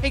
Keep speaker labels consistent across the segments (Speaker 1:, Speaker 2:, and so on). Speaker 1: Hey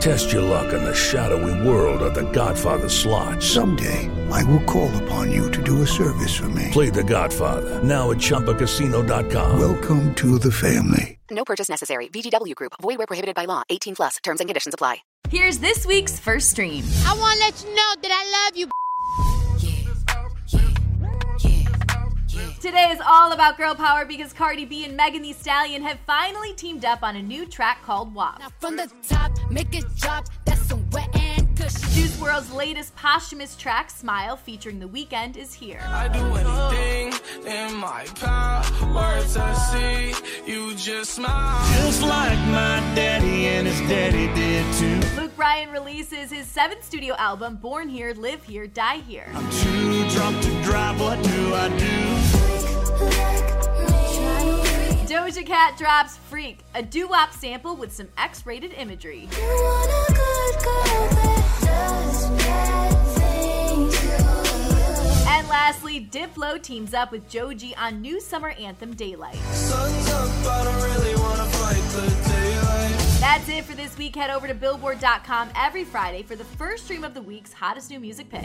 Speaker 2: Test your luck in the shadowy world of The Godfather slot. So
Speaker 3: Someday, I will call upon you to do a service for me.
Speaker 2: play The Godfather now at ChumbaCasino.com.
Speaker 3: Welcome to the family.
Speaker 4: No purchase necessary. VGW Group. Void where prohibited by law. 18 plus. Terms and conditions apply.
Speaker 5: Here's this week's first stream.
Speaker 6: I want to let you know that I love you.
Speaker 5: Today is all about girl power because Cardi B and Megan Thee Stallion have finally teamed up on a new track called WAP.
Speaker 6: From the top, make it drop. That's some wet and cushion.
Speaker 5: Juice WRLD's latest posthumous track, Smile, featuring The Weeknd, is here.
Speaker 7: I do anything in my power to see you just smile. Just like my daddy and his daddy did too.
Speaker 5: Luke Bryan releases his seventh studio album, Born Here, Live Here, Die Here.
Speaker 7: Too drunk to drive, what do I do?
Speaker 5: Doja Cat drops Freak, a doo wop sample with some X rated imagery. And lastly, Diplo teams up with Joji on new summer anthem Daylight.
Speaker 7: Sun's up, I don't really wanna fight the daylight.
Speaker 5: That's it for this week. Head over to billboard.com every Friday for the first stream of the week's hottest new music pick.